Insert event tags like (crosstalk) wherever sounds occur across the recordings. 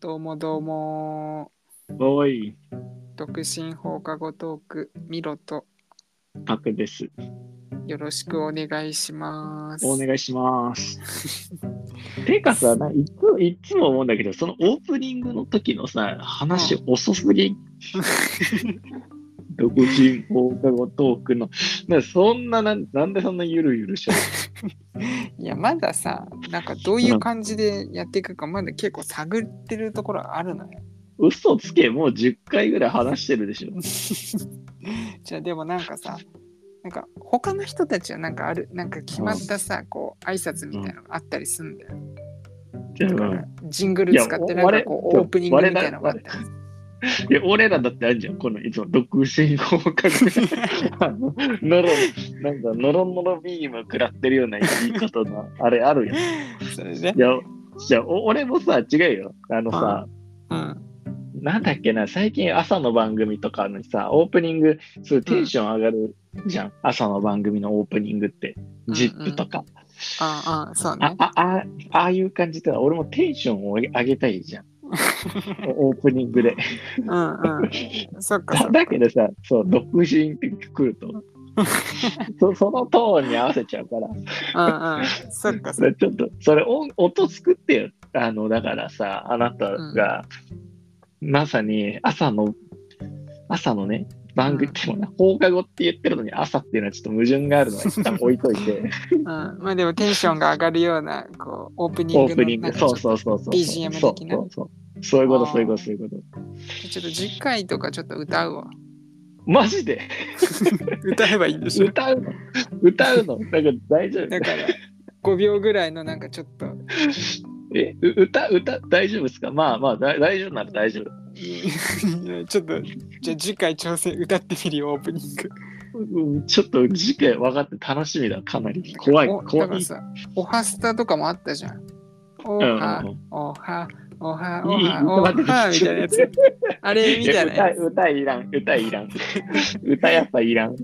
どうもどうもおい、独身放課後トークミロとパクです。よろしくお願いしますお願いします。てかさ、ないつもいつも思うんだけど、そのオープニングの時のさ、話遅すぎん。独身放課後トークの、なそんななん、なんでそんなゆるゆるしちゃいやまださなんかどういう感じでやっていくかまだ結構探ってるところがあるのよう嘘つけ、もう10回ぐらい話してるでしょ。じゃあでもなんかさなんか他の人たちはなんかあるなんか決まったさ、こう挨拶みたいなのがあったりすんだよ、じゃだかあらジングル使ってなんかこいうやオープニングみたいなのがあったりいや俺らだってあるじゃん、このいつも独身放課後 (laughs) あののろん、なんかのろのろビーム食らってるような言い方の、あれあるよ。するそれでいや、じゃあ、お俺もさ、違うよ。あのさ、うんなんだっけな、最近朝の番組とかにさ、オープニング、そういうテンション上がるじゃん。朝の番組のオープニングって、うん ZIP とか。ああそうあねああああいう感じで、俺もテンションを上げ上げたいじゃ (laughs) ん。オープニングで。うんうんそっかそっかだだけどさ、そう、独身ってくると。 (laughs) そそのトーンに合わせちゃうから、うんうんそっかそっかそれちょっと、それ音音作ってよ。あの、だからさ、あなたが、まさに朝の、朝のね、番組うんでもな、放課後って言ってるのに朝っていうのはちょっと矛盾が (laughs) あるのは一旦置いといて、うん、まあでもテンションが上がるようなこうオープニンオグープニのなンんグ、かちょそっうとそうそうそう。 BGM 的なそうそうそう。そういうこと、あーそういうこと、そういうこと。ちょっと次回とかちょっと歌うわ。マジで歌えば (laughs) いいんでしょ歌うの歌うのだから大丈夫だから5秒ぐらいのなんかちょっと (laughs) え、う歌、歌、大丈夫ですかまあまあ、だ大丈夫なら大丈夫。うんちょっとじゃあ次回挑戦歌ってみるよオープニング。うんちょっと次回分かって楽しみだ、かなり。怖い、お怖だからい。さオハスタとかもあったじゃん。オうんうんハ、うんオハ、オハ、いオいいいハ、 (laughs) オハみたいなやつ。あれみいたやいなやつ (laughs) 歌歌いらん、歌いらん。歌やっぱいらん。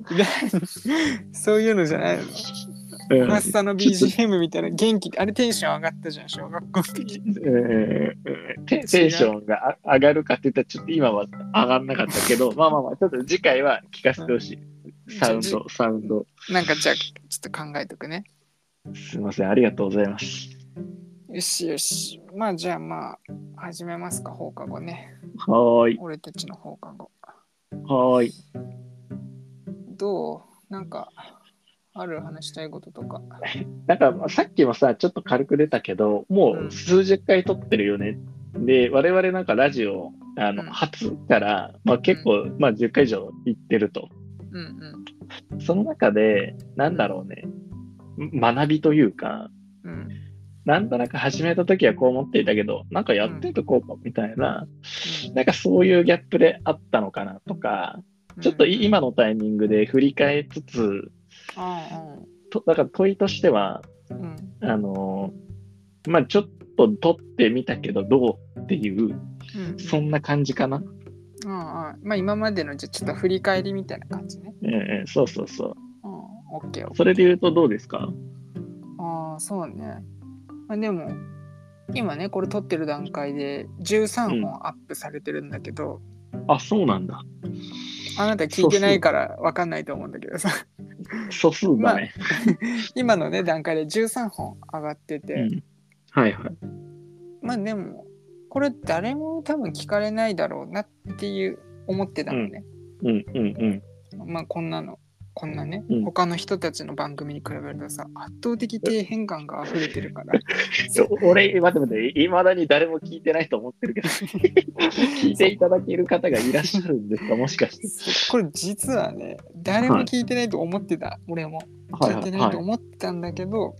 そういうのじゃないの。うんオハスタのちょっと BGM みたいな元気あれテンション上がったじゃん小学校の時。うんテテンションがあ上がるかって言ったら、ちょっと今は上がんなかったけど、まあまあまあ、ちょっと次回は聞かせてほしい。サウンじゃド、サウンド。なんかじゃあちょっと考えとくね。すいません、ありがとうございます。よしよし。まあじゃあまあ始めますか放課後ね。はーい、俺たちの放課後。はーい。どうなんかある話したいこととか。なんかさっきもさ、ちょっと軽く出たけど、もう数十回撮ってるよね。で、我々なんかラジオ、あの、うん初から、まあ結構、まあ10回以上行ってると。うんうんその中で、なんだろうね、学びというか、うんなんとなく始めた時はこう思っていたけど、なんかやってとこうかみたいな、なんかそういうギャップであったのかなとか、うん。ちょっとい今のタイミングで振り返りつつ、うんとだから問いとしては、うんうんあのーまあちょっと撮ってみたけどどうっていううんそんな感じかな、うんうんまあ今までのじゃあちょっと振り返りみたいな感じね。うんうん、そうそうそうんオッケーう。それで言うとどうですかああそうね。まあでも今ねこれ撮ってる段階で13本アップされてるんだけど、あそうなんだあなた聞いてないからわかんないと思うんだけどさ。 (laughs) 素数だね、今のね段階で13本上がってて、うん、はいはいまあでもこれ誰も多分聞かれないだろうなっていう思ってたのね、うんうんうんまあこんなのこんなね、うん他の人たちの番組に比べるとさ圧倒的底辺感が溢れてるから (laughs) そうお (laughs) 俺待って待っていまだに誰も聞いてないと思ってるけど聞いていただける方がいらっしゃるんですかもしか (laughs) してそうこれ実はね誰も聞いてないと思ってた、俺も聞いてないと思ってたんだけど、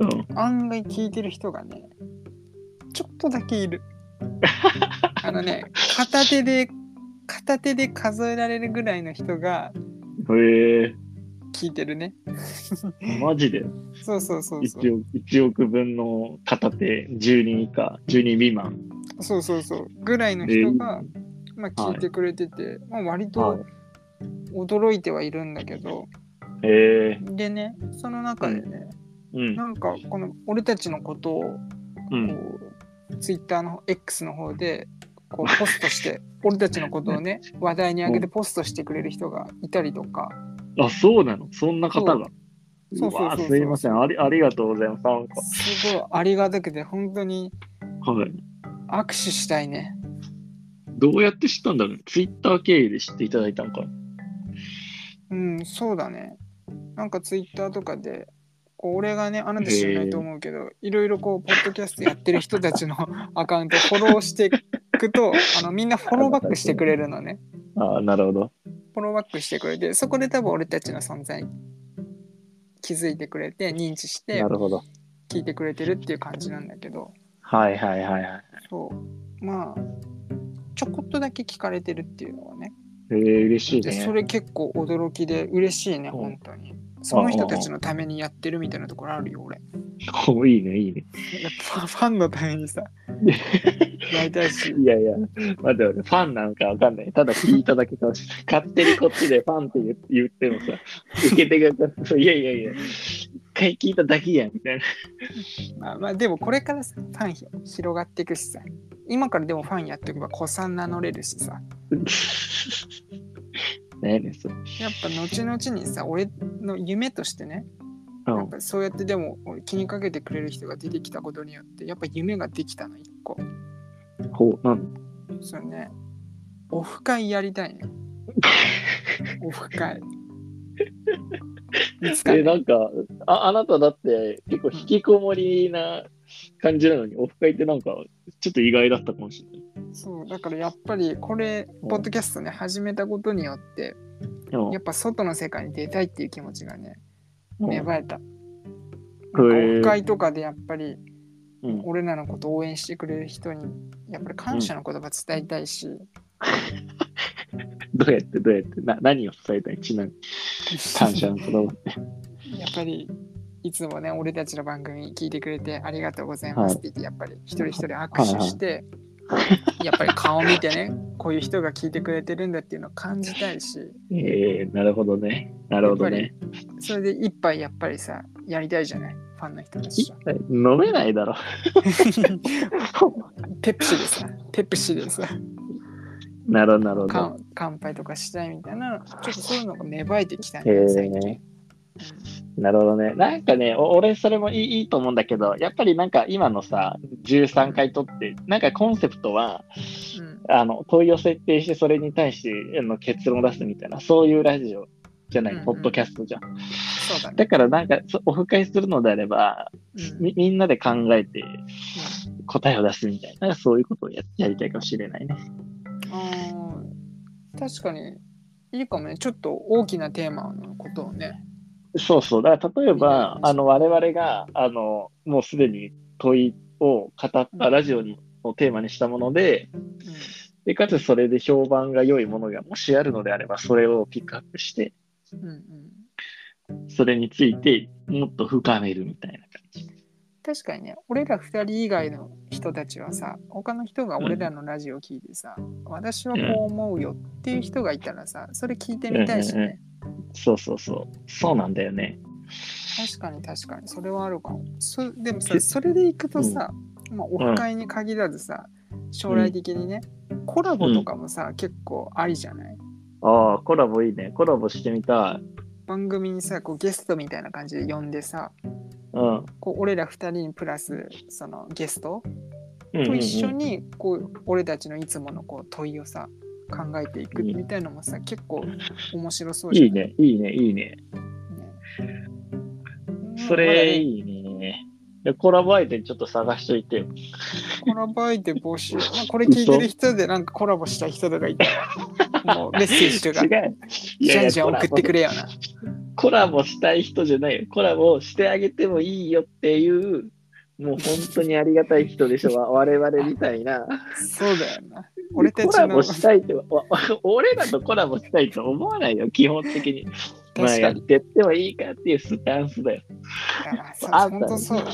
うん案外聞いてる人がねちょっとだけい (laughs) るあのね片手で片手で数えられるぐらいの人がへえ聞いてるねマジでそうそうそうそう1億 ,1 億分の片手10人以下10人未満そうそうそうぐらいの人が、まあ、聞いてくれてて、まあ、割はと驚いてはいるんだけど、いへえでねその中でね、うんなんかこの俺たちのことをうこんうツイッターの X の方でこうポストして (laughs) 俺たちのことをね話題に上げてポストしてくれる人がいたりとかあ、そうなのそんな方が。そううそうわそうそうーすいませんあり。ありがとうございます。なんかすごいありがたくて本当にはい。握手したいねどうやって知ったんだろうツイッター経由で知っていただいたのか。うんそうだねなんかツイッターとかでこう俺がねあなた知らないと思うけどいろいろこうポッドキャストやってる人たちの (laughs) アカウントフォローしていくとあのみんなフォローバックしてくれるのねああ、なるほど。フォローバックしてくれてそこで多分俺たちの存在に気づいてくれて認知してなるほど。聞いてくれてるっていう感じなんだけどはいはいはいはい。そうまあちょこっとだけ聞かれてるっていうのはねえー、嬉しいでね。それ結構驚きで嬉しいねうん本当にその人たちのためにやってるみたいなところあるよ俺おいいね、い (laughs) いね。やっぱ (laughs) ファンのために (laughs) さやりたいしいやいや、待って待って、ファンなんかわかんない。ただ聞いただけかもし (laughs) れない。勝手にこっちでファンって言言ってもさ、受けてくれたいやいやいや、一回聞いただけやん、みたいな。まあまあでもこれからさファン広がっていくしさ今からでもファンやっておけば子さん名乗れるしさ何やねん、それ。やっぱ後々にさ俺の夢としてねうやっん。ぱそうやってでも俺気にかけてくれる人が出てきたことによってやっぱ夢ができたの一個こう、なんそれねオフ会やりた (laughs) いねオフ会いつかえ、なんかあ、あなただって結構引きこもりな感じなのに、オフ会ってなんか、ちょっと意外だったかもしれない。そうだからやっぱりこれうんポッドキャストね始めたことによってうんやっぱ外の世界に出たいっていう気持ちがね芽生えたうんなんかオへえフ会とかでやっぱりうん俺らのこと応援してくれる人にやっぱり感謝の言葉伝えたいし、どうやってどうやってな何を伝えたいちなみに感謝の言葉って。やっぱりいつもね俺たちの番組聞いてくれてありがとうございますって言ってやっぱり一人一人握手して、やっぱり顔見てねこういう人が聞いてくれてるんだっていうのを感じたいしえー、なるほどね。なるほどやっね。それで一杯やっぱりさやりたいじゃないファンの人たちと飲めないだろ。 (laughs) ペプシでさペプシでさなるほど、なるほど。乾乾杯とかしたいみたいなちょっとそういうのが芽生えてきたえね最近ー、なるほどね。なんかね、お俺それもいいいいと思うんだけど、やっぱりなんか今のさ、13回撮って、なんかコンセプトは、うんあの問いを設定して、それに対してあの結論を出すみたいな、そういうラジオじゃない、うんうんポッドキャストじゃん。そうだね、だからなんか、そオフ会するのであれば、うんみみんなで考えて答えを出すみたいな、そういうことをややりたいかもしれないね。あー確かにいいかもねちょっと大きなテーマのことをねそうそう、だから例えばう、んあの我々があのもうすでに問いを語ったラジオをテーマにしたもので、でかつそれで評判が良いものがもしあるのであれば、それをピックアップして、うんうんうんそれについてもっと深めるみたいな感じ。確かにね俺ら2人以外の人たちはさ他の人が俺らのラジオを聞いてさ、私はこう思うよっていう人がいたらさそれ聞いてみたいしね、うんうんうそうそうそう、そうなんだよね。確かに確かにそれはあるかもそでもさそれでいくとさ、まあ、オフ会に限らずさ将来的にね、コラボとかもさ、結構ありじゃないああ、コラボいいね。コラボしてみたい。番組にさこうゲストみたいな感じで呼んでさうん。こう俺ら2人にプラスそのゲストうんうんとうん一緒にこう俺たちのいつものこう問いをさ考えていくみたいのもさ結構面白そうじゃいいないね、いいね、いいね。ねそれいいね。でコラボ相手にちょっと探しといてよ。コラボ相手募集、まあ、これ聞いてる人でなんかコラボしたい人とかいた (laughs) らもうメッセージとか違う。いじやいゃんやじゃん送ってくれよなコラボしたい人じゃないよ。コラボしてあげてもいいよっていう、もう本当にありがたい人で (laughs) しょ。わ我々みたいな。そうだよな俺たコちラのボしたいって、わわ俺らとコラボしたいと思わないよ、基本的に。まあ確やかっにてってもいいかっていうスタンスだよ。あそうあんた本当そうだね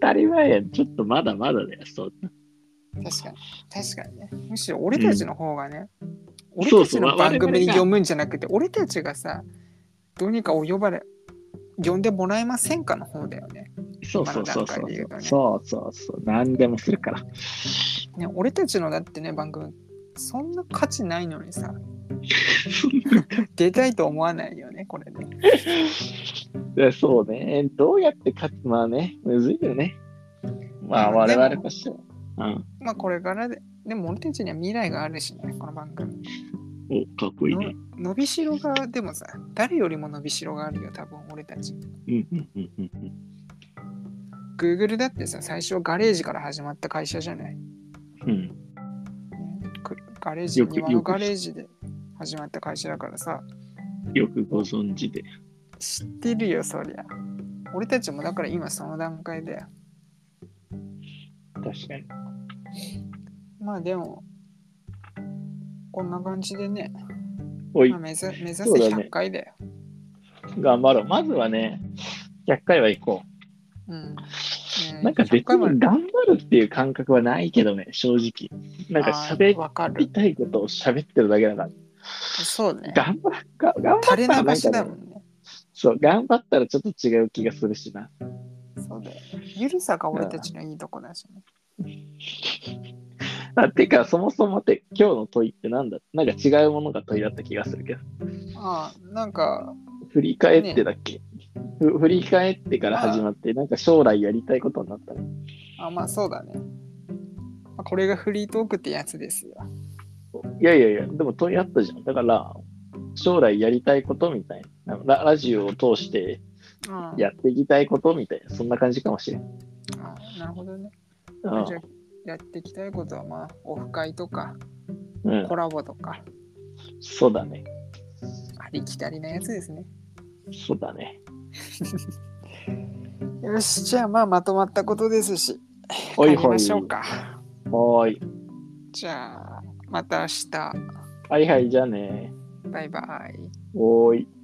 当たり前やん。ちょっとまだまだだよ。そう確かに確かにねむしろ俺たちの方がね、うん俺たちのそうそう番我々組がに読むんじゃなくて俺たちがさどうにかお呼ばれ呼んでもらえませんかの方だよねそうそう今そうその段階で言ううと。ねそうそうそう。何でもするから。ね、俺たちのだってね番組そんな価値ないのに (laughs) さ出たいと思わないよねこれねでそうね。どうやって勝つまあね、むずいよね。まあ、まあ我でも々としては。うん。まあこれからででも俺たちには未来があるしねこの番組おかっこいいね。の伸びしろがでもさ誰よりも伸びしろがあるよ多分俺たちうんうんうんうんうん。 Google だってさ最初はガレージから始まった会社じゃない、ねうんくガレージよく庭よのくガレージで始まった会社だからさよくご存知で。知ってるよそりゃ俺たちもだから今その段階だよ確かに。まあでもこんな感じでね、おいまあ、、目指目指せそうだね100回だよ頑張ろう。まずはね、100回は行こうんねう。 (laughs) なんか別に100回まで頑張るっていう感覚はないけどね、正直。なんかあ喋ーわかりる。たいことを喋ってるだけだから。そうね。頑張っか、頑張った垂れらなん流かしだねもんね。そう、頑張ったらちょっと違う気がするしな。そうだよ。ゆるさが俺たちのいいとこだしね。あてか、そもそもって、今日の問いってなんだなんか違うものが問いだった気がするけど。ああ、なんか、振り返ってだっけ、ふ振り返ってから始まって、なんか将来やりたいことになったね。あまあそうだね。まあこれがフリートークってやつですよ。いやいやいや、でも問いあったじゃん。だから、将来やりたいことみたいな。ララジオを通してうん、やっていきたいことみたいな、そんな感じかもしれん。うんあなるほどね。うんじゃあやっていきたいことは、まあ、オフ会とか、うんコ、ラボとか、そうだね。ありきたりなやつですね。そうだね。よし、じゃあまあまとまったことですし、おい帰りほまい。しょうか。はーい。じゃあ、また明日。はいはい、じゃあね。バイバイ。おーい。